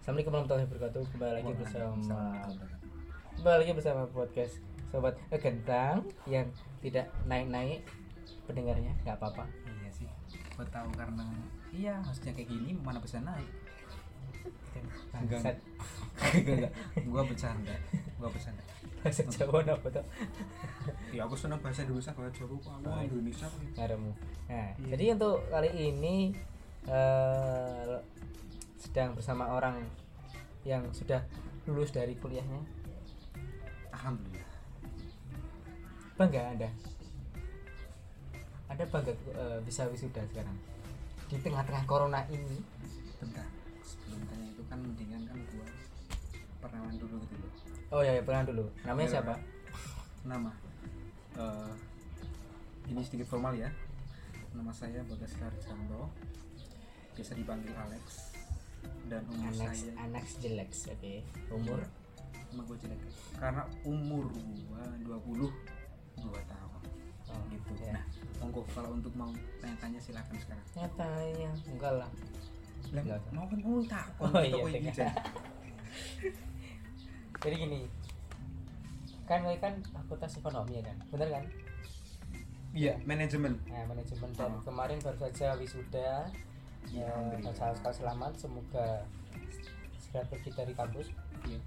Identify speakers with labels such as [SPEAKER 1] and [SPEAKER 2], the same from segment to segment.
[SPEAKER 1] Assalamualaikum warahmatullahi wabarakatuh. Kembali
[SPEAKER 2] gitu,
[SPEAKER 1] lagi bersama
[SPEAKER 2] Assalamualaikum.
[SPEAKER 1] kembali lagi bersama podcast sobat kentang yang tidak naik-naik pendengarnya nggak apa-apa.
[SPEAKER 2] Iya sih. Gue tahu karena iya harusnya kayak gini mana bisa naik. Enggak.
[SPEAKER 1] Bangsat.
[SPEAKER 2] Enggak, enggak. Gua bercanda. Gua bercanda.
[SPEAKER 1] Bahasa Jawa napa tuh?
[SPEAKER 2] Ya aku senang bahasa Indonesia bahasa Jawa kok. Aku orang Indonesia kok.
[SPEAKER 1] Ngaremu. Nah,
[SPEAKER 2] Iya.
[SPEAKER 1] jadi untuk kali ini eh, sedang bersama orang yang sudah lulus dari kuliahnya.
[SPEAKER 2] Alhamdulillah.
[SPEAKER 1] Bangga Anda. Anda bangga eh, bisa wisuda sekarang. Di tengah-tengah corona ini
[SPEAKER 2] Bentar. Sebelum tanya itu kan mendingan kan gua perkenalan dulu gitu loh.
[SPEAKER 1] Oh ya, ya pernah dulu. Namanya
[SPEAKER 2] Iya,
[SPEAKER 1] siapa?
[SPEAKER 2] Nama. Eh, ini sedikit formal ya. Nama saya Bagas Karjanto. Biasa dipanggil Alex dan umur
[SPEAKER 1] Alex,
[SPEAKER 2] saya
[SPEAKER 1] Alex Jelek, oke. Umur
[SPEAKER 2] Emang gue jelek karena umur gua 22 tahun
[SPEAKER 1] Oh,
[SPEAKER 2] gitu
[SPEAKER 1] ya.
[SPEAKER 2] nah monggo kalau untuk mau tanya-tanya silakan sekarang
[SPEAKER 1] nyatanya ya, enggak lah.
[SPEAKER 2] Lah,
[SPEAKER 1] Enggak.
[SPEAKER 2] mau kan mau takon
[SPEAKER 1] Oh,
[SPEAKER 2] kita
[SPEAKER 1] iya,
[SPEAKER 2] koi
[SPEAKER 1] tega.
[SPEAKER 2] gijan.
[SPEAKER 1] Jadi gini. Kan gue kan fakultas ekonomi ya kan. Bener kan?
[SPEAKER 2] iya manajemen
[SPEAKER 1] Nah, manajemen dan
[SPEAKER 2] Oh.
[SPEAKER 1] kemarin baru saja wisuda.
[SPEAKER 2] Iya,
[SPEAKER 1] Ya,
[SPEAKER 2] Alhamdulillah.
[SPEAKER 1] dan sekali selamat semoga segera pergi dari kampus.
[SPEAKER 2] iya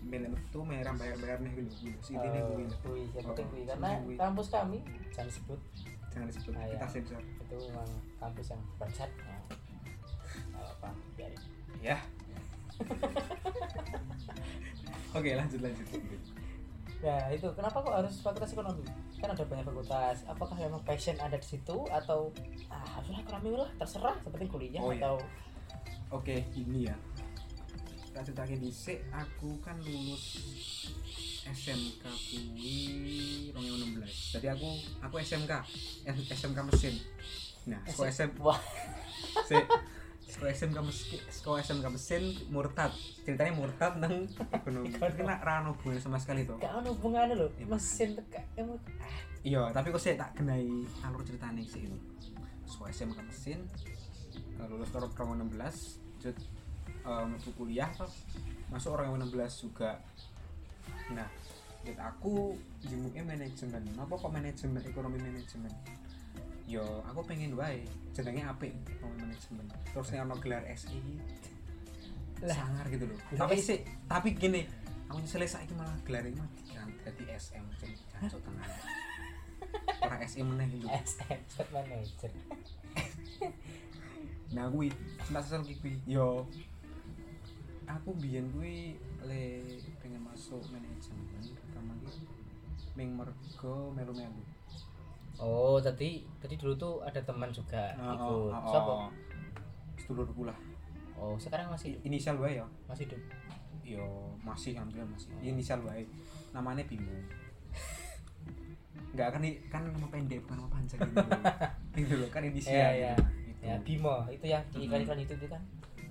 [SPEAKER 2] manajemen tuh merah bayar-bayar nih gitu gitu sih
[SPEAKER 1] Eh,
[SPEAKER 2] ini gue
[SPEAKER 1] kui, yang penting
[SPEAKER 2] Oh,
[SPEAKER 1] kui. karena
[SPEAKER 2] kui.
[SPEAKER 1] kampus kami jangan sebut
[SPEAKER 2] jangan disebut
[SPEAKER 1] Ah, iya.
[SPEAKER 2] kita sensor
[SPEAKER 1] itu memang kampus yang bercat. Nah, apa, biarin.
[SPEAKER 2] ya oke lanjut lanjut
[SPEAKER 1] Nah itu kenapa kok harus fakultas ekonomi? Kan ada banyak fakultas. Apakah memang passion ada di situ atau ah haruslah ekonomi lah terserah seperti kuliah
[SPEAKER 2] Oh, iya.
[SPEAKER 1] atau
[SPEAKER 2] oke ini ya tak ceritain dhisik aku kan lulus SMK kuwi 2016 jadi aku aku SMK eh, SMK mesin nah sekolah SM
[SPEAKER 1] Wah
[SPEAKER 2] se sekolah SMK mesin sekolah SMK mesin murtad ceritanya murtad nang ekonomi tapi nak rano gue sama sekali tuh
[SPEAKER 1] gak ada hubungannya loh
[SPEAKER 2] Iya.
[SPEAKER 1] mesin teka emang ah,
[SPEAKER 2] iya tapi kok sih tak kenai alur ceritanya sih itu sekolah SMK mesin eh, lulus tahun 2016 jut um, kuliah toh. masuk orang 2016 juga nah jut aku jenguknya manajemen apa kok manajemen ekonomi manajemen yo aku pengen wae jenenge apik ekonomi manajemen terus nih ono gelar SI
[SPEAKER 1] Lah.
[SPEAKER 2] sangar gitu loh
[SPEAKER 1] Gelar
[SPEAKER 2] tapi
[SPEAKER 1] SI.
[SPEAKER 2] sih tapi gini aku selesai saiki malah gelar ini mah diganti SM jadi jancuk tenan orang SM meneh gitu
[SPEAKER 1] SM set manager
[SPEAKER 2] nah gue sempat sesel ki kuwi. yo aku biyen gue le pengen masuk manajemen pertama ki ming mergo melu-melu
[SPEAKER 1] Oh tadi tadi dulu tuh ada teman juga
[SPEAKER 2] Ah, Nah, oh,
[SPEAKER 1] ikut Siapa?
[SPEAKER 2] sedulurku lah
[SPEAKER 1] Oh sekarang masih hidup
[SPEAKER 2] inisial wae ya
[SPEAKER 1] masih hidup
[SPEAKER 2] yo masih alhamdulillah masih
[SPEAKER 1] Oh.
[SPEAKER 2] inisial wae namanya Bimo Enggak kan i- kan nama pendek bukan nama panjang gitu loh. gitu loh kan inisial
[SPEAKER 1] Iya,
[SPEAKER 2] gitu.
[SPEAKER 1] iya.
[SPEAKER 2] Gitu.
[SPEAKER 1] ya Bimo itu ya di
[SPEAKER 2] Mm-mm.
[SPEAKER 1] iklan-iklan itu, itu kan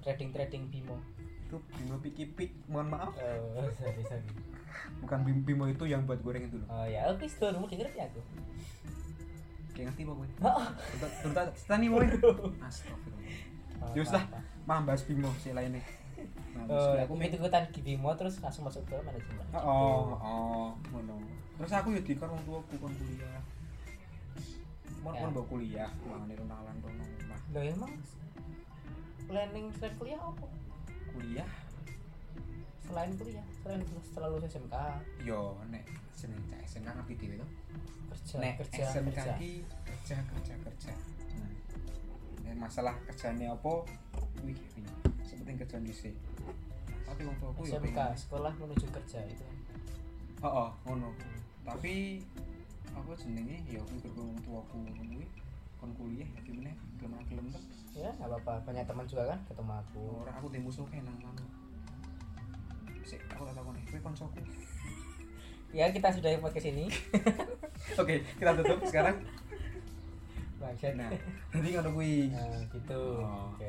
[SPEAKER 1] trading trading Bimo.
[SPEAKER 2] itu Bimo Piki Pik mohon maaf
[SPEAKER 1] Oh sorry sorry.
[SPEAKER 2] bukan Bim- Bimo itu yang buat goreng itu loh
[SPEAKER 1] Oh ya oke sudah kamu denger ya aku.
[SPEAKER 2] kayak ngerti pokoknya
[SPEAKER 1] Oh,
[SPEAKER 2] turut kita nih boy astagfirullah Yus Ya, lah.
[SPEAKER 1] apa-apa.
[SPEAKER 2] mah bahas Bimo si lainnya
[SPEAKER 1] Oh,
[SPEAKER 2] nah, terus
[SPEAKER 1] aku
[SPEAKER 2] aku
[SPEAKER 1] ikut ikutan di Bimo terus langsung masuk ke manajemen. Gitu.
[SPEAKER 2] oh oh oh ngono terus aku ya dikor wong tuaku kon kuliah mau
[SPEAKER 1] Ya.
[SPEAKER 2] mau bawa kuliah mangane rumalan rono omah
[SPEAKER 1] Loh emang planning selain kuliah apa?
[SPEAKER 2] kuliah
[SPEAKER 1] Selain kuliah, selain setelah lulus SMK,
[SPEAKER 2] yo nek seneng cak SMK ngerti dhewe to
[SPEAKER 1] kerja,
[SPEAKER 2] nek
[SPEAKER 1] kerja,
[SPEAKER 2] SMK
[SPEAKER 1] kerja.
[SPEAKER 2] ki kerja kerja kerja nah nek masalah kerjane apa kuwi kuwi sepenting kerja dhisik tapi wong tuaku yo
[SPEAKER 1] SMK,
[SPEAKER 2] pengen
[SPEAKER 1] sekolah menuju kerja itu.
[SPEAKER 2] oh oh ngono tapi aku jenenge ya aku berguru wong tuaku ngono kuwi kon kuliah ya gimana gelem ra gelem tuh
[SPEAKER 1] Ya, nggak apa-apa. Banyak teman juga kan ketemu aku.
[SPEAKER 2] ora aku dhewe musuh kayak nang mana sik aku tak takon kowe koncoku
[SPEAKER 1] Ya, kita sudah pakai sini.
[SPEAKER 2] oke kita tutup sekarang
[SPEAKER 1] Bangsat.
[SPEAKER 2] nah jadi ngono kuwi
[SPEAKER 1] Nah, gitu.
[SPEAKER 2] Oh.
[SPEAKER 1] Oke.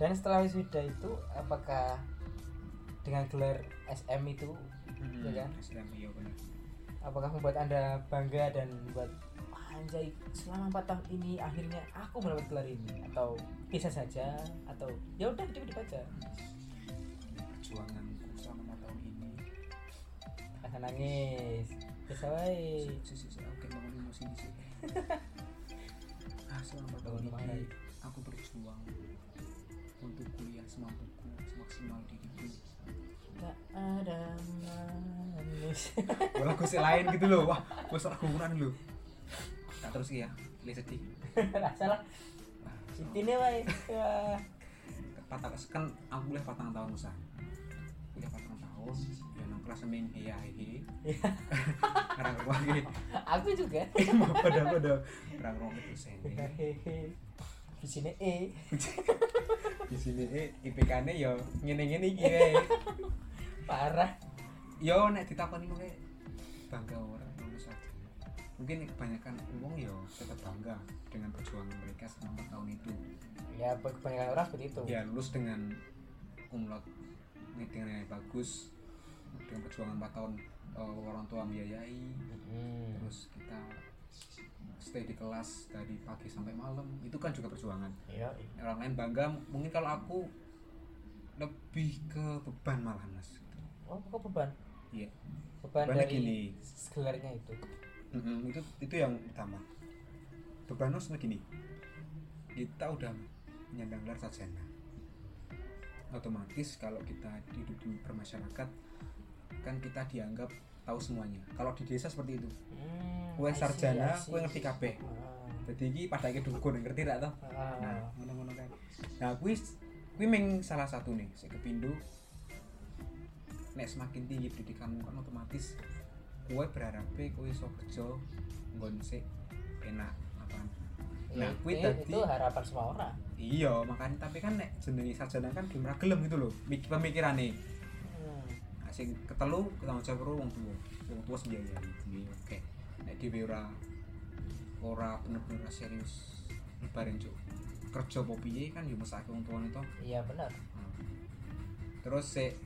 [SPEAKER 1] Dan setelah wisuda itu apakah dengan gelar SM itu
[SPEAKER 2] Hmm,
[SPEAKER 1] Iya kan?
[SPEAKER 2] Islam iya bener
[SPEAKER 1] apakah membuat anda bangga dan membuat wah anjay selama 4 tahun ini akhirnya aku mendapat gelar ini atau bisa saja atau ya udah hidup hidup aja
[SPEAKER 2] perjuangan Nah, selama 4 tahun ini
[SPEAKER 1] jangan nangis bisa wae
[SPEAKER 2] sih sih sih oke bangun emosi di sini ah selama 4 tahun
[SPEAKER 1] Bangun marah.
[SPEAKER 2] ini aku berjuang untuk kuliah semampuku semaksimal diriku
[SPEAKER 1] gak ada manis
[SPEAKER 2] Wah, lagu sih lain gitu loh wah gue salah kuburan lu nah, terus iya pilih sedih Nah,
[SPEAKER 1] Lah, salah ini wae Ya.
[SPEAKER 2] patah kan aku kuliah patang tahun usah kuliah patang tahun ya nang kelas seming iya iya
[SPEAKER 1] Iya.
[SPEAKER 2] karang rumah gitu
[SPEAKER 1] aku juga
[SPEAKER 2] emang pada pada karang rumah itu sendiri
[SPEAKER 1] hehehe di sini eh
[SPEAKER 2] di sini eh IPK nya yo ngene ngene gitu
[SPEAKER 1] parah
[SPEAKER 2] yo nek ditakoni kowe bangga orang lulus aja mungkin kebanyakan uang yo tetap bangga dengan perjuangan mereka selama empat tahun itu
[SPEAKER 1] ya kebanyakan orang seperti itu
[SPEAKER 2] ya lulus dengan umlaut dengan nilai bagus dengan perjuangan 4 tahun eh, orang tua biayai
[SPEAKER 1] Hmm.
[SPEAKER 2] terus kita stay di kelas dari pagi sampai malam itu kan juga perjuangan
[SPEAKER 1] Iya.
[SPEAKER 2] orang lain bangga mungkin kalau aku lebih ke beban malah mas
[SPEAKER 1] oh kok beban
[SPEAKER 2] iya
[SPEAKER 1] beban
[SPEAKER 2] Bebannya
[SPEAKER 1] dari
[SPEAKER 2] gini.
[SPEAKER 1] gelarnya itu
[SPEAKER 2] Mm-mm, itu itu yang utama beban harus begini kita udah menyandang gelar sarjana otomatis kalau kita hidup di bermasyarakat kan kita dianggap tahu semuanya kalau di desa seperti itu
[SPEAKER 1] Hmm, I
[SPEAKER 2] kue
[SPEAKER 1] see, I
[SPEAKER 2] sarjana
[SPEAKER 1] see.
[SPEAKER 2] kue ngerti kabeh
[SPEAKER 1] Ah,
[SPEAKER 2] jadi iki pada iki dukun ngerti tak toh
[SPEAKER 1] ah.
[SPEAKER 2] nah ngono-ngono kae nah kuwi kuwi meng salah satu nih sik kepindo nek semakin tinggi pendidikanmu kan otomatis kue berharapnya kue iso kerja nggon sik enak apa nah
[SPEAKER 1] Itu-
[SPEAKER 2] kuwi
[SPEAKER 1] itu
[SPEAKER 2] dadi
[SPEAKER 1] harapan semua orang
[SPEAKER 2] iya makanya tapi kan nek jenenge sarjana kan belum ra gelem gitu loh mik- pemikirane
[SPEAKER 1] Hmm.
[SPEAKER 2] Nah, sing ketelu ketanggung jawab karo wong tuwa wong tuwa sembiayai Jadi, oke nek dhewe ora ora bener-bener serius bareng cuk kerja apa piye kan yo mesake wong tuwane to
[SPEAKER 1] iya benar
[SPEAKER 2] Nah. terus sik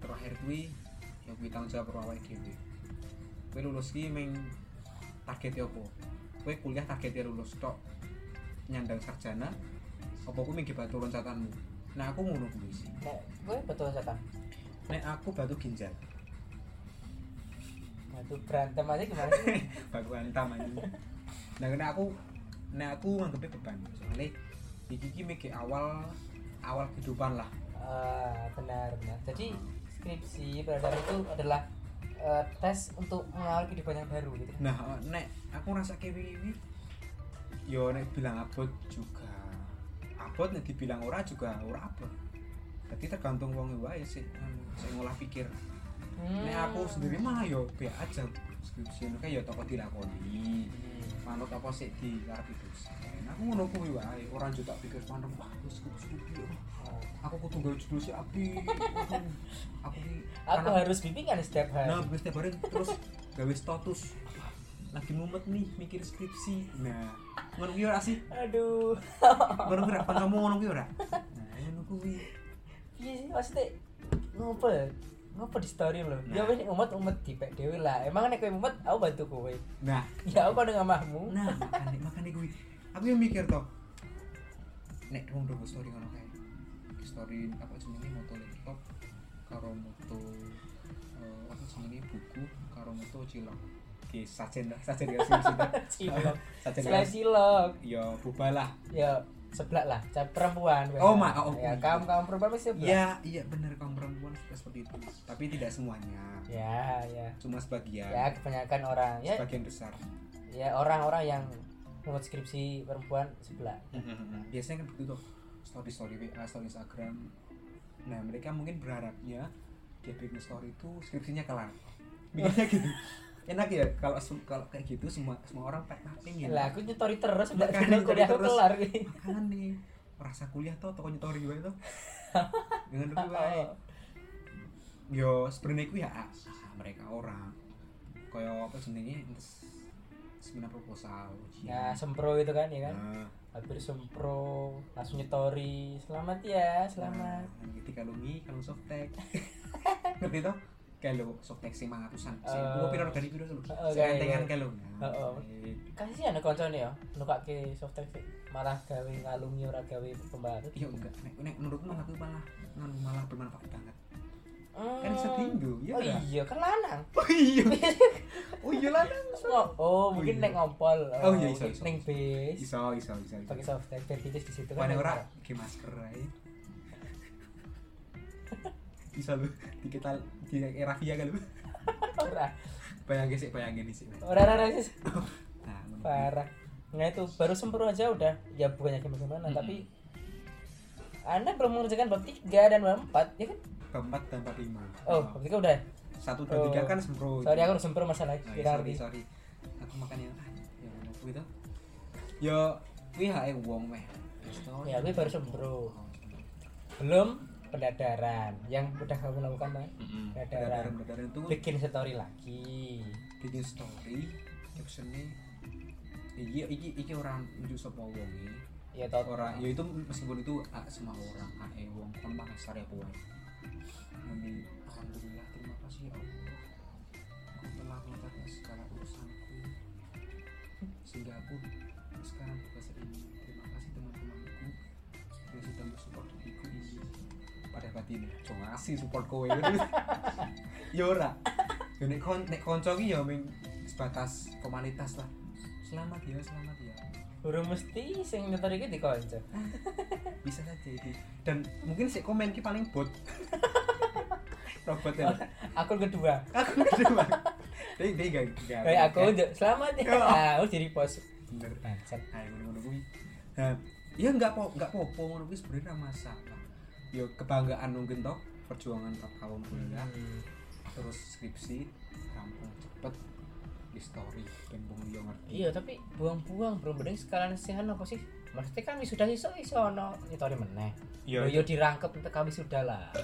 [SPEAKER 2] terakhir kuwi yo kuwi tanggung jawab karo awake dhewe kowe lulus ki meng targete opo kowe kuliah targete lulus tok nyandang sarjana apa kuwi mung batu loncatanmu nah aku ngono kuwi sih
[SPEAKER 1] nek gue betul saja
[SPEAKER 2] nek aku batu ginjal
[SPEAKER 1] Waduh Nah, berantem aja gimana sih?
[SPEAKER 2] baku antam aja nah karena aku nah aku nganggepnya beban soalnya iki iki mikir awal awal kehidupan lah
[SPEAKER 1] Ah, benar benar. Jadi skripsi pada dasarnya itu adalah eh, tes untuk mengawal kehidupan yang baru gitu.
[SPEAKER 2] nah eh, nek aku rasa kewi ini yo nek bilang abot juga abot nek dibilang ora juga ora abot jadi tergantung wong e wae sih anu, sing ngolah pikir
[SPEAKER 1] Hmm.
[SPEAKER 2] nek aku sendiri malah yo be aja skripsi ngono kae yo toko dilakoni
[SPEAKER 1] Hmm.
[SPEAKER 2] manut apa sih di karep itu aku ngono kuwi wae ora jutak pikir panem wah wis kudu kudu
[SPEAKER 1] Oh.
[SPEAKER 2] aku kudu gawe judul sih api Aduh, aku ki
[SPEAKER 1] Aku
[SPEAKER 2] karena-
[SPEAKER 1] harus bimbingan setiap hari.
[SPEAKER 2] nah gue setiap hari terus gawe status Wah, lagi mumet nih mikir skripsi nah ngono kuwi ora sih
[SPEAKER 1] Aduh.
[SPEAKER 2] ngono kuwi ora kamu ngono kuwi ora nah ngono kuwi
[SPEAKER 1] Iya sih maksudnya ngopo ya? ngopo di story lo. Ya
[SPEAKER 2] Nah.
[SPEAKER 1] wis umat umat di pek dhewe lah. Emang nek kowe umat aku bantu kowe.
[SPEAKER 2] nah
[SPEAKER 1] Ya aku kadang ngamahmu.
[SPEAKER 2] nah makane makane kuwi aku yang mikir toh nek wong dobo story ngono kae Iki story apa jenenge moto laptop karo moto eh, apa jenenge buku karo moto cilok Oke, sajen lah, sajen ya, sajen
[SPEAKER 1] Cilok.
[SPEAKER 2] Sajen
[SPEAKER 1] Iya. Selain silok,
[SPEAKER 2] Ya, buba lah.
[SPEAKER 1] ya sebelah lah, Cah perempuan.
[SPEAKER 2] Oh, ma- oh,
[SPEAKER 1] ya
[SPEAKER 2] iya.
[SPEAKER 1] kamu kamu perempuan mesti sebelah.
[SPEAKER 2] Iya, iya bener kaum perempuan suka seperti itu. Tapi tidak semuanya,
[SPEAKER 1] Ya, ya.
[SPEAKER 2] cuma sebagian,
[SPEAKER 1] Ya kebanyakan orang ya
[SPEAKER 2] sebagian besar.
[SPEAKER 1] ya orang-orang yang membuat skripsi perempuan sebelah Mm-hmm.
[SPEAKER 2] Biasanya kan begitu tuh, story story WA, story Instagram. Nah, mereka mungkin berharapnya dia bikin story itu skripsinya kelar.
[SPEAKER 1] Oh.
[SPEAKER 2] Mikirnya gitu. Enak ya kalau sem- kalau kayak gitu semua semua orang ya. pengen
[SPEAKER 1] lah aku nyetori terus mbak
[SPEAKER 2] Makanya
[SPEAKER 1] Dino
[SPEAKER 2] nyetori
[SPEAKER 1] kuliah aku
[SPEAKER 2] kan terus.
[SPEAKER 1] kelar gini
[SPEAKER 2] Makanan nih rasa kuliah tuh toko nyetori gue tuh dengan lebih baik.
[SPEAKER 1] Oh,
[SPEAKER 2] yo sebenarnya ku ya ah, mereka orang kaya apa jenenge tes- seminar proposal
[SPEAKER 1] nah
[SPEAKER 2] ujian
[SPEAKER 1] sempro itu kan ya kan
[SPEAKER 2] nah,
[SPEAKER 1] hampir sempro langsung nyetori selamat ya selamat
[SPEAKER 2] nah, ketika lungi kalau softtek ngerti toh kalau sok teksi mangatusan. Sing
[SPEAKER 1] Eh.
[SPEAKER 2] gua piro organik piro lho.
[SPEAKER 1] Heeh,
[SPEAKER 2] Sing entengan Nah,
[SPEAKER 1] kayak- Eh,
[SPEAKER 2] kalau.
[SPEAKER 1] Heeh. kasihan ya koncone ya nukake softtek sih malah gawe ngalungi ora gawe pembaru
[SPEAKER 2] Iya enggak, nek, nek menurutku malah aku malah nganu malah bermanfaat banget.
[SPEAKER 1] Hmm.
[SPEAKER 2] Kan setinggu, iya
[SPEAKER 1] oh
[SPEAKER 2] ora?
[SPEAKER 1] iya kan lanang
[SPEAKER 2] Oh iya. Oh iya lah.
[SPEAKER 1] oh, oh mungkin
[SPEAKER 2] iya.
[SPEAKER 1] nek ngompol
[SPEAKER 2] Oh iya, iso,
[SPEAKER 1] mungkin
[SPEAKER 2] iso,
[SPEAKER 1] neng
[SPEAKER 2] iso.
[SPEAKER 1] bis
[SPEAKER 2] Iso iso iso. iso.
[SPEAKER 1] pakai softtek biar bijis di situ kan.
[SPEAKER 2] Wane
[SPEAKER 1] neng
[SPEAKER 2] ora ge masker ae. Bisa lu di kita di Rafia kalau
[SPEAKER 1] ora
[SPEAKER 2] bayangin sih bayangin sih. Nah,
[SPEAKER 1] ora ora, ora sis.
[SPEAKER 2] ngono.
[SPEAKER 1] parah nah itu baru sempurna aja udah ya bukannya gimana gimana
[SPEAKER 2] Mm-mm.
[SPEAKER 1] tapi anda belum mengerjakan bab 3 dan bab 4 ya kan
[SPEAKER 2] keempat dan empat lima.
[SPEAKER 1] oh bab 3 udah
[SPEAKER 2] satu dan tiga
[SPEAKER 1] Oh.
[SPEAKER 2] kan sempro.
[SPEAKER 1] sorry aku udah sempurna masalah
[SPEAKER 2] Oh, iya, sorry
[SPEAKER 1] hierarki
[SPEAKER 2] sorry. Aku makan yang ah, ya ngono kuwi to. Yo kuwi hae wong meh.
[SPEAKER 1] ya gue baru sempro belum pendadaran yang udah kamu lakukan kan Dadaran.
[SPEAKER 2] Dadaran dadaran itu
[SPEAKER 1] bikin story lagi
[SPEAKER 2] bikin story captionnya iki iki iki orang nunjuk sapa wonge
[SPEAKER 1] ya tau
[SPEAKER 2] orang ya itu meskipun itu ah, semua orang ae wong kon pakai sare aku wae Demi alhamdulillah terima kasih ya Allah aku telah melakukan segala urusanku sehingga aku sekarang bebas ini terima kasih teman-temanku yang sudah mensupport diriku ini pada batin cung ngasih support kowe yo ora yo nek kon nek konco ki yo ming sebatas komunitas lah selamat ya selamat ya
[SPEAKER 1] Urung mesti sing nyetor iki dikonco
[SPEAKER 2] bisa saja itu dan mungkin si komen ki paling bot robot ya
[SPEAKER 1] aku kedua
[SPEAKER 2] aku kedua tapi dia gak gak
[SPEAKER 1] kayak aku njuk, selamat ya
[SPEAKER 2] Oh.
[SPEAKER 1] aku jadi pos
[SPEAKER 2] bener
[SPEAKER 1] bangsat
[SPEAKER 2] ayo ngono ngono nah iya nggak po nggak popo ngono kuwi sebenarnya nggak masalah yo kebanggaan mungkin toh perjuangan Pak Kawon kuliah
[SPEAKER 1] Hmm.
[SPEAKER 2] terus skripsi rampung cepet di story dan bung yo ngerti
[SPEAKER 1] iya tapi buang-buang bro mending sekalian sehan apa sih maksudnya kan wisuda iso iso ono nyetori meneh
[SPEAKER 2] Iya,
[SPEAKER 1] yo yo dirangkep untuk kami sudah lah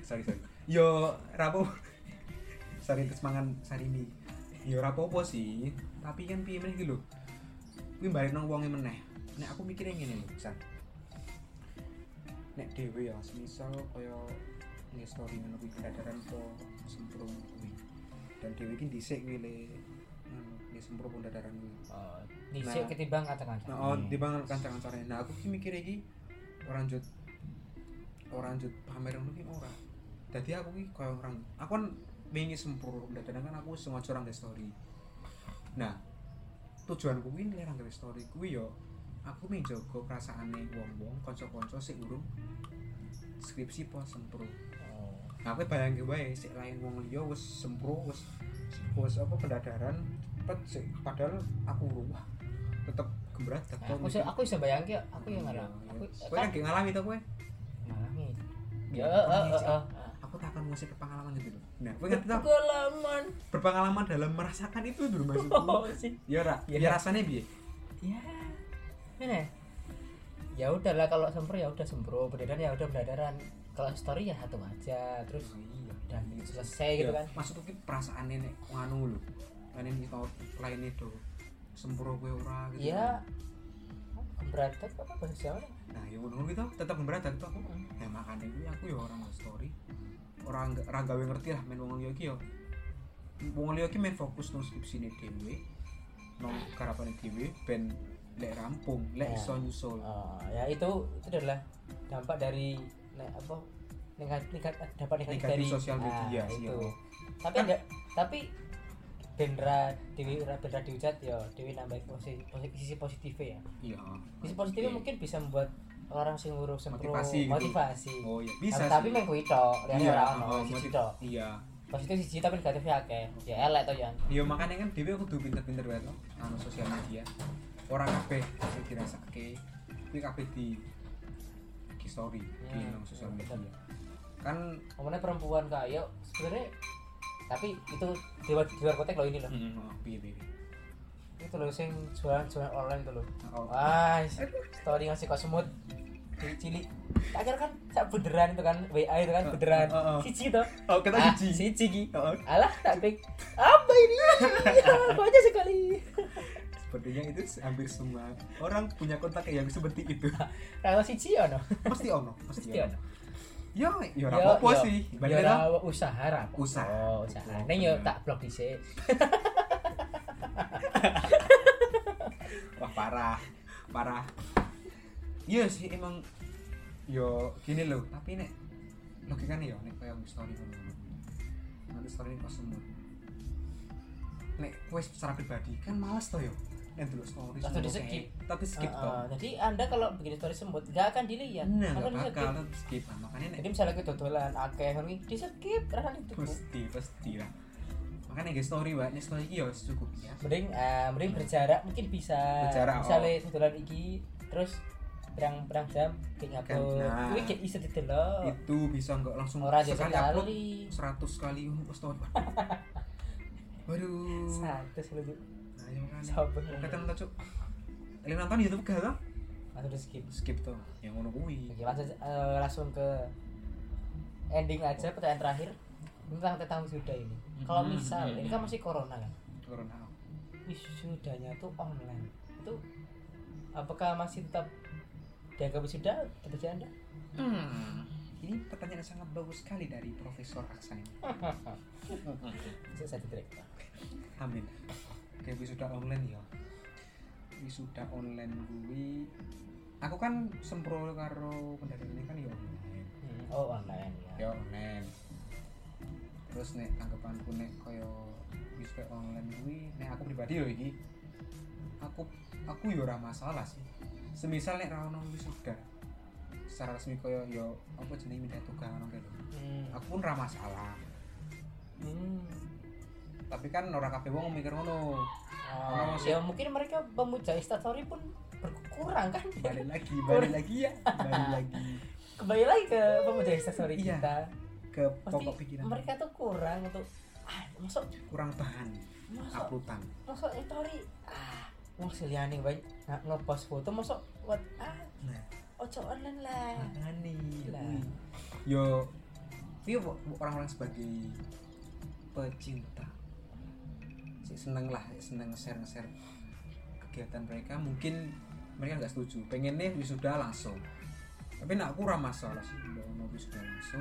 [SPEAKER 2] sorry sorry yo rapo sorry terus mangan sari ini yo rapo apa sih tapi kan piye meneh iki lho kuwi balik nang wonge meneh nek aku mikirnya ngene lho San nek dhewe ya semisal kaya nge story ngono kuwi kedadaran apa sempro ngono kuwi dan dhewe iki dhisik ngene ngono nge sempro pendadaran kuwi
[SPEAKER 1] oh, dhisik
[SPEAKER 2] Nah.
[SPEAKER 1] ketimbang kacang-kacang
[SPEAKER 2] Nah, oh, di bangun kancang-kancangnya. Nah, aku ki mikir iki orang jut orang jut pamer ngono ki ora. Dadi aku ki koyo orang aku kan wingi sempur dadakan kan aku sengaja orang nge story. Nah, tujuanku ki nek orang nge story kuwi yo aku pengen jaga perasaane wong-wong kanca-kanca sing urung skripsi po sempro.
[SPEAKER 1] Oh.
[SPEAKER 2] Nah, aku bayangin wae sik lain wong liya wis sempro wis wis apa pendadaran cepet sik padahal aku rumah tetep gembrat
[SPEAKER 1] Nah, aku iso- aku bisa bayangin aku yang ngarang
[SPEAKER 2] Iya,
[SPEAKER 1] aku
[SPEAKER 2] Kowe
[SPEAKER 1] kan
[SPEAKER 2] lagi ngalami to kowe?
[SPEAKER 1] ngalami
[SPEAKER 2] Ya,
[SPEAKER 1] ya eh, eh, eh, eh.
[SPEAKER 2] Aku takkan ngasih pengalaman gitu loh. Nah, kowe ngerti to
[SPEAKER 1] pengalaman
[SPEAKER 2] berpengalaman dalam merasakan itu dulu maksudku.
[SPEAKER 1] oh sih
[SPEAKER 2] Ya ora,
[SPEAKER 1] Iya.
[SPEAKER 2] ya rasanya piye?
[SPEAKER 1] ya mana ya? ya udahlah kalau sempro ya udah sempro bedaran ya udah bedadaran kalau story ya satu aja terus
[SPEAKER 2] Iya, Ya,
[SPEAKER 1] dan selesai gitu kan
[SPEAKER 2] Maksudku ki perasaane nek nganu anu lho. Lainnya kita lainnya do sempro kowe ora gitu.
[SPEAKER 1] ya berarti apa bahasa Jawa nih?
[SPEAKER 2] Nah, ya ngono gitu tetap memberatkan tuh aku.
[SPEAKER 1] Mm.
[SPEAKER 2] Nah, makanya gue aku ya orang nge story. Orang nggak- orang gawe ngerti lah main wong liya iki ya. Wong liya iki main fokus nang skripsine dhewe, nang karapane dhewe ben lek rampung, lek
[SPEAKER 1] Ya.
[SPEAKER 2] iso nyusul.
[SPEAKER 1] Oh, ya itu itu adalah dampak dari ne, apa negatif, dampak negatif,
[SPEAKER 2] Negatif
[SPEAKER 1] dari
[SPEAKER 2] sosial media
[SPEAKER 1] Ah,
[SPEAKER 2] sih,
[SPEAKER 1] itu.
[SPEAKER 2] ya.
[SPEAKER 1] Tapi enggak tapi Bendra Dewi Bendra Diujat ya Dewi nambah posisi, sisi positifnya ya.
[SPEAKER 2] Iya.
[SPEAKER 1] Sisi positifnya mungkin bisa membuat orang sing ngurus sempro
[SPEAKER 2] Motivasi gitu.
[SPEAKER 1] motivasi.
[SPEAKER 2] Oh iya,
[SPEAKER 1] Tapi-
[SPEAKER 2] bisa
[SPEAKER 1] ya, tapi
[SPEAKER 2] sih.
[SPEAKER 1] meng kuwi tok, lihat
[SPEAKER 2] Iya,
[SPEAKER 1] ora
[SPEAKER 2] oh,
[SPEAKER 1] ono siji
[SPEAKER 2] motiv-
[SPEAKER 1] tok.
[SPEAKER 2] Iya.
[SPEAKER 1] Positif siji tapi negatifnya akeh. Ya elek to ya.
[SPEAKER 2] Iya makanya kan dhewe kudu pinter-pinter wae to anu sosial media. Orang kabeh sing dirasake kuwi kabeh di di story di
[SPEAKER 1] Ya,
[SPEAKER 2] nang sosial
[SPEAKER 1] ya,
[SPEAKER 2] media.
[SPEAKER 1] betul.
[SPEAKER 2] Kan
[SPEAKER 1] Omongnya perempuan kayak sebenarnya tapi itu di luar, di luar konteks loh ini loh
[SPEAKER 2] heeh, Oh, piye piye. Hmm.
[SPEAKER 1] itu loh sing jualan jualan online itu loh
[SPEAKER 2] Oh,
[SPEAKER 1] Wah, story ngasih kok semut cilik-cilik. Tak kira kan sak beneran itu kan WA itu kan
[SPEAKER 2] Eh,
[SPEAKER 1] beneran.
[SPEAKER 2] eh, eh.
[SPEAKER 1] Siji to.
[SPEAKER 2] oh kita
[SPEAKER 1] Ah,
[SPEAKER 2] siji.
[SPEAKER 1] siji ki.
[SPEAKER 2] Oh,
[SPEAKER 1] Alah tak pik. Apa ini? Banyak sekali.
[SPEAKER 2] sepertinya itu hampir semua orang punya kontak yang seperti itu.
[SPEAKER 1] Kalau siji ya, ono.
[SPEAKER 2] Ah. Pasti ono,
[SPEAKER 1] Pasti ono.
[SPEAKER 2] yo
[SPEAKER 1] Ya,
[SPEAKER 2] yo ora apa sih
[SPEAKER 1] balik
[SPEAKER 2] balik lagi
[SPEAKER 1] usaha ra apa-apa.
[SPEAKER 2] Usaha.
[SPEAKER 1] Oh, usaha neng yo
[SPEAKER 2] Bener.
[SPEAKER 1] tak blok dhisik
[SPEAKER 2] wah parah parah iya sih emang yo gini loh tapi nek logikanya yo nek kayak story ngono nanti story ini kok semut nek kue secara pribadi kan males toh yo nek dulu story
[SPEAKER 1] Langsung
[SPEAKER 2] semut
[SPEAKER 1] di-skip.
[SPEAKER 2] kayak- tapi skip Ah,
[SPEAKER 1] Heeh,
[SPEAKER 2] toh
[SPEAKER 1] Ah, jadi anda kalau bikin story semut gak akan dilihat
[SPEAKER 2] nah
[SPEAKER 1] Karena
[SPEAKER 2] gak
[SPEAKER 1] di
[SPEAKER 2] bakal
[SPEAKER 1] skip.
[SPEAKER 2] tetep skip Nah, makanya nek
[SPEAKER 1] jadi misalnya kita dodolan akeh ngono iki, di skip karena itu
[SPEAKER 2] pasti pasti lah makanya nggak story mbak nek story iki ya yo secukupnya
[SPEAKER 1] mending eh, mending berjarak mungkin bisa
[SPEAKER 2] Berjarak, oh.
[SPEAKER 1] misalnya dodolan iki terus perang perang jam kayak
[SPEAKER 2] Kan,
[SPEAKER 1] ngapun
[SPEAKER 2] nah.
[SPEAKER 1] kuwi gak iso didelok
[SPEAKER 2] itu bisa nggak langsung
[SPEAKER 1] ora aja
[SPEAKER 2] sekali upload
[SPEAKER 1] sekali
[SPEAKER 2] 100 kali uh, story Waduh. waduh
[SPEAKER 1] satu selalu
[SPEAKER 2] Nah, ya makanya.
[SPEAKER 1] Sabar.
[SPEAKER 2] Kadang tak cuk. Kalian nonton YouTube gak toh?
[SPEAKER 1] langsung di skip
[SPEAKER 2] Skip tuh. Yang ngono kuwi.
[SPEAKER 1] Oke, langsung, eh, langsung ke ending aja pertanyaan terakhir tentang tentang wisuda ini. Kalau
[SPEAKER 2] Mhm,
[SPEAKER 1] misal
[SPEAKER 2] mhm.
[SPEAKER 1] ini kan masih corona kan,
[SPEAKER 2] Corona.
[SPEAKER 1] wisudanya tuh online. Itu apakah masih tetap dianggap wisuda bagi anda?
[SPEAKER 2] Hmm. Ini pertanyaan yang sangat bagus sekali dari Profesor Aksan.
[SPEAKER 1] Bisa saya direct.
[SPEAKER 2] Amin. Oke, wisuda online ya. Wisuda online kuwi aku kan sempro karo pendataan ini kan ya online.
[SPEAKER 1] Oh online ya.
[SPEAKER 2] Ya online. Terus nek anggapanku nek kaya wisuda online kuwi nek aku pribadi loh iki aku aku yo ora masalah sih. Semisal nek ra ono wisuda secara resmi kaya yo apa jenenge minta tugas ngono kae lho.
[SPEAKER 1] Hmm.
[SPEAKER 2] Aku pun ra masalah.
[SPEAKER 1] Hmm.
[SPEAKER 2] Tapi kan ora kabeh wong mikir ngono.
[SPEAKER 1] Ah,
[SPEAKER 2] Ono
[SPEAKER 1] ya mungkin mereka memuja instastory pun berkurang kan.
[SPEAKER 2] Balik lagi, balik lagi ya, balik lagi
[SPEAKER 1] Kembali lagi ke pemuja instastory
[SPEAKER 2] Iya.
[SPEAKER 1] kita.
[SPEAKER 2] ke
[SPEAKER 1] Pasti
[SPEAKER 2] pokok pikiran
[SPEAKER 1] mereka tuh kurang untuk ah, masuk
[SPEAKER 2] kurang bahan
[SPEAKER 1] masuk
[SPEAKER 2] uploadan.
[SPEAKER 1] masuk story ah wong seliane baik nggak ngepost foto masuk buat ah
[SPEAKER 2] Nah,
[SPEAKER 1] ojo online lah
[SPEAKER 2] makane
[SPEAKER 1] Lah.
[SPEAKER 2] kuwi. yo iya bu- bu- orang-orang sebagai pecinta sih seneng lah sik seneng share share kegiatan mereka mungkin mereka nggak setuju pengen nih wisuda langsung tapi nak aku ramah masalah sih mau mau wisuda langsung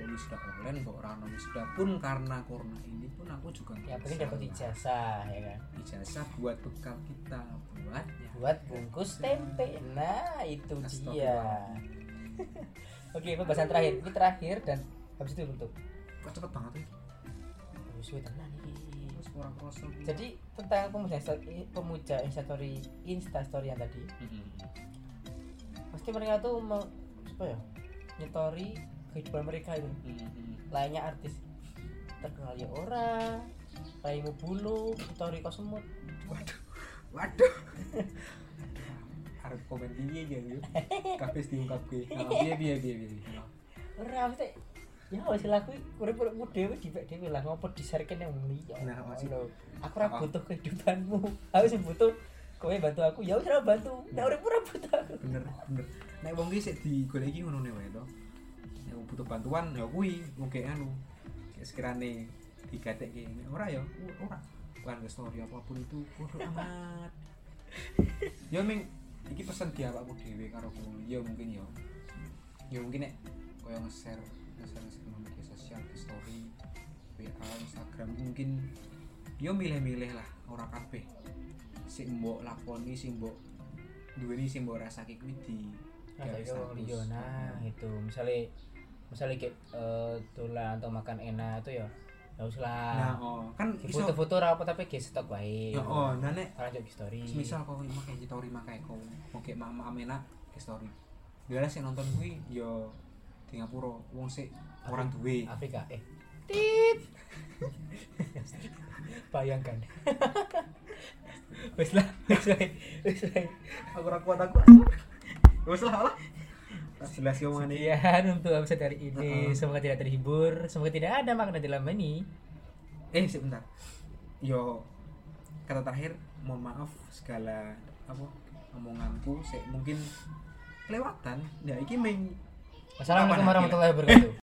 [SPEAKER 2] mau wisuda online mau orang wisuda pun karena corona ini pun aku juga
[SPEAKER 1] ya
[SPEAKER 2] nggak
[SPEAKER 1] penting dapat
[SPEAKER 2] masalah.
[SPEAKER 1] ijazah ya kan
[SPEAKER 2] ijazah buat bekal kita buat ya.
[SPEAKER 1] buat bungkus tempe nah itu dia
[SPEAKER 2] Astagfirullah.
[SPEAKER 1] oke pembahasan terakhir ini terakhir dan habis itu tutup
[SPEAKER 2] kok cepet banget tuh
[SPEAKER 1] Aduh, suwe tenan iki.
[SPEAKER 2] terus orang kerasa kuwi.
[SPEAKER 1] jadi tentang pemuja instastory pemuja instastory instastory yang tadi
[SPEAKER 2] Mm-mm.
[SPEAKER 1] pasti mereka tuh mau apa ya nyetori kehidupan mereka itu
[SPEAKER 2] Mm-mm.
[SPEAKER 1] lainnya artis terkenal ya ora raimu bulu story kok semut
[SPEAKER 2] Waduh, waduh. Harus komen piye ya yuk. Kabeh diungkap gue. Piye piye piye piye.
[SPEAKER 1] ora mesti ya wis lah kuwi urip-uripmu dhewe dipek dhewe lah ngopo diserken yang liya
[SPEAKER 2] Nah, masih-
[SPEAKER 1] Lho, aku ora
[SPEAKER 2] Apa?
[SPEAKER 1] butuh kehidupanmu aku sing butuh kowe bantu aku ya wis ora bantu
[SPEAKER 2] Hmm.
[SPEAKER 1] nek uripmu ora butuh aku
[SPEAKER 2] Bener bener. Nek wong iki sik digoleki ngono ne wae to. Nek wong butuh bantuan ya kuwi mungkin anu. Kayak sekirane digatekke nek ora ya ora. Bukan ke story apapun itu bodo amat. Ya ming iki pesen dia awakmu dhewe karo kuwi ya mungkin ya. Ya mungkin nek koyo nge-share nge-share nge-share nang media sosial di story WA Instagram mungkin yo milih-milih lah ora kabeh sing mbok lakoni sing mbok duweni sing mbok rasake kuwi di
[SPEAKER 1] nah
[SPEAKER 2] gawe
[SPEAKER 1] itu
[SPEAKER 2] status.
[SPEAKER 1] liya nah
[SPEAKER 2] Hmm.
[SPEAKER 1] itu misalnya misalnya kayak eh, dolan atau makan enak itu ya ya wis
[SPEAKER 2] Nah,
[SPEAKER 1] lah
[SPEAKER 2] oh, kan iso
[SPEAKER 1] foto-foto ora apa tapi ge stok wae
[SPEAKER 2] ya oh nah nek
[SPEAKER 1] ora njok story
[SPEAKER 2] misal kau makai story makai kau oke mama amena ke story gara sing nonton kuwi yo di Singapura wong sik orang duwe
[SPEAKER 1] Afrika eh tit bayangkan wes lah wes lah wes lah
[SPEAKER 2] aku ora kuat aku wis lah lah Tak jelas yo mane
[SPEAKER 1] Sekian Iya, untuk episode hari ini
[SPEAKER 2] Uh-uh.
[SPEAKER 1] semoga tidak terhibur semoga tidak ada makna dalam ini
[SPEAKER 2] eh sebentar yo kata terakhir mohon maaf segala apa omonganku sik mungkin kelewatan ya iki main
[SPEAKER 1] wassalamualaikum
[SPEAKER 2] Apa nanti?
[SPEAKER 1] warahmatullahi wabarakatuh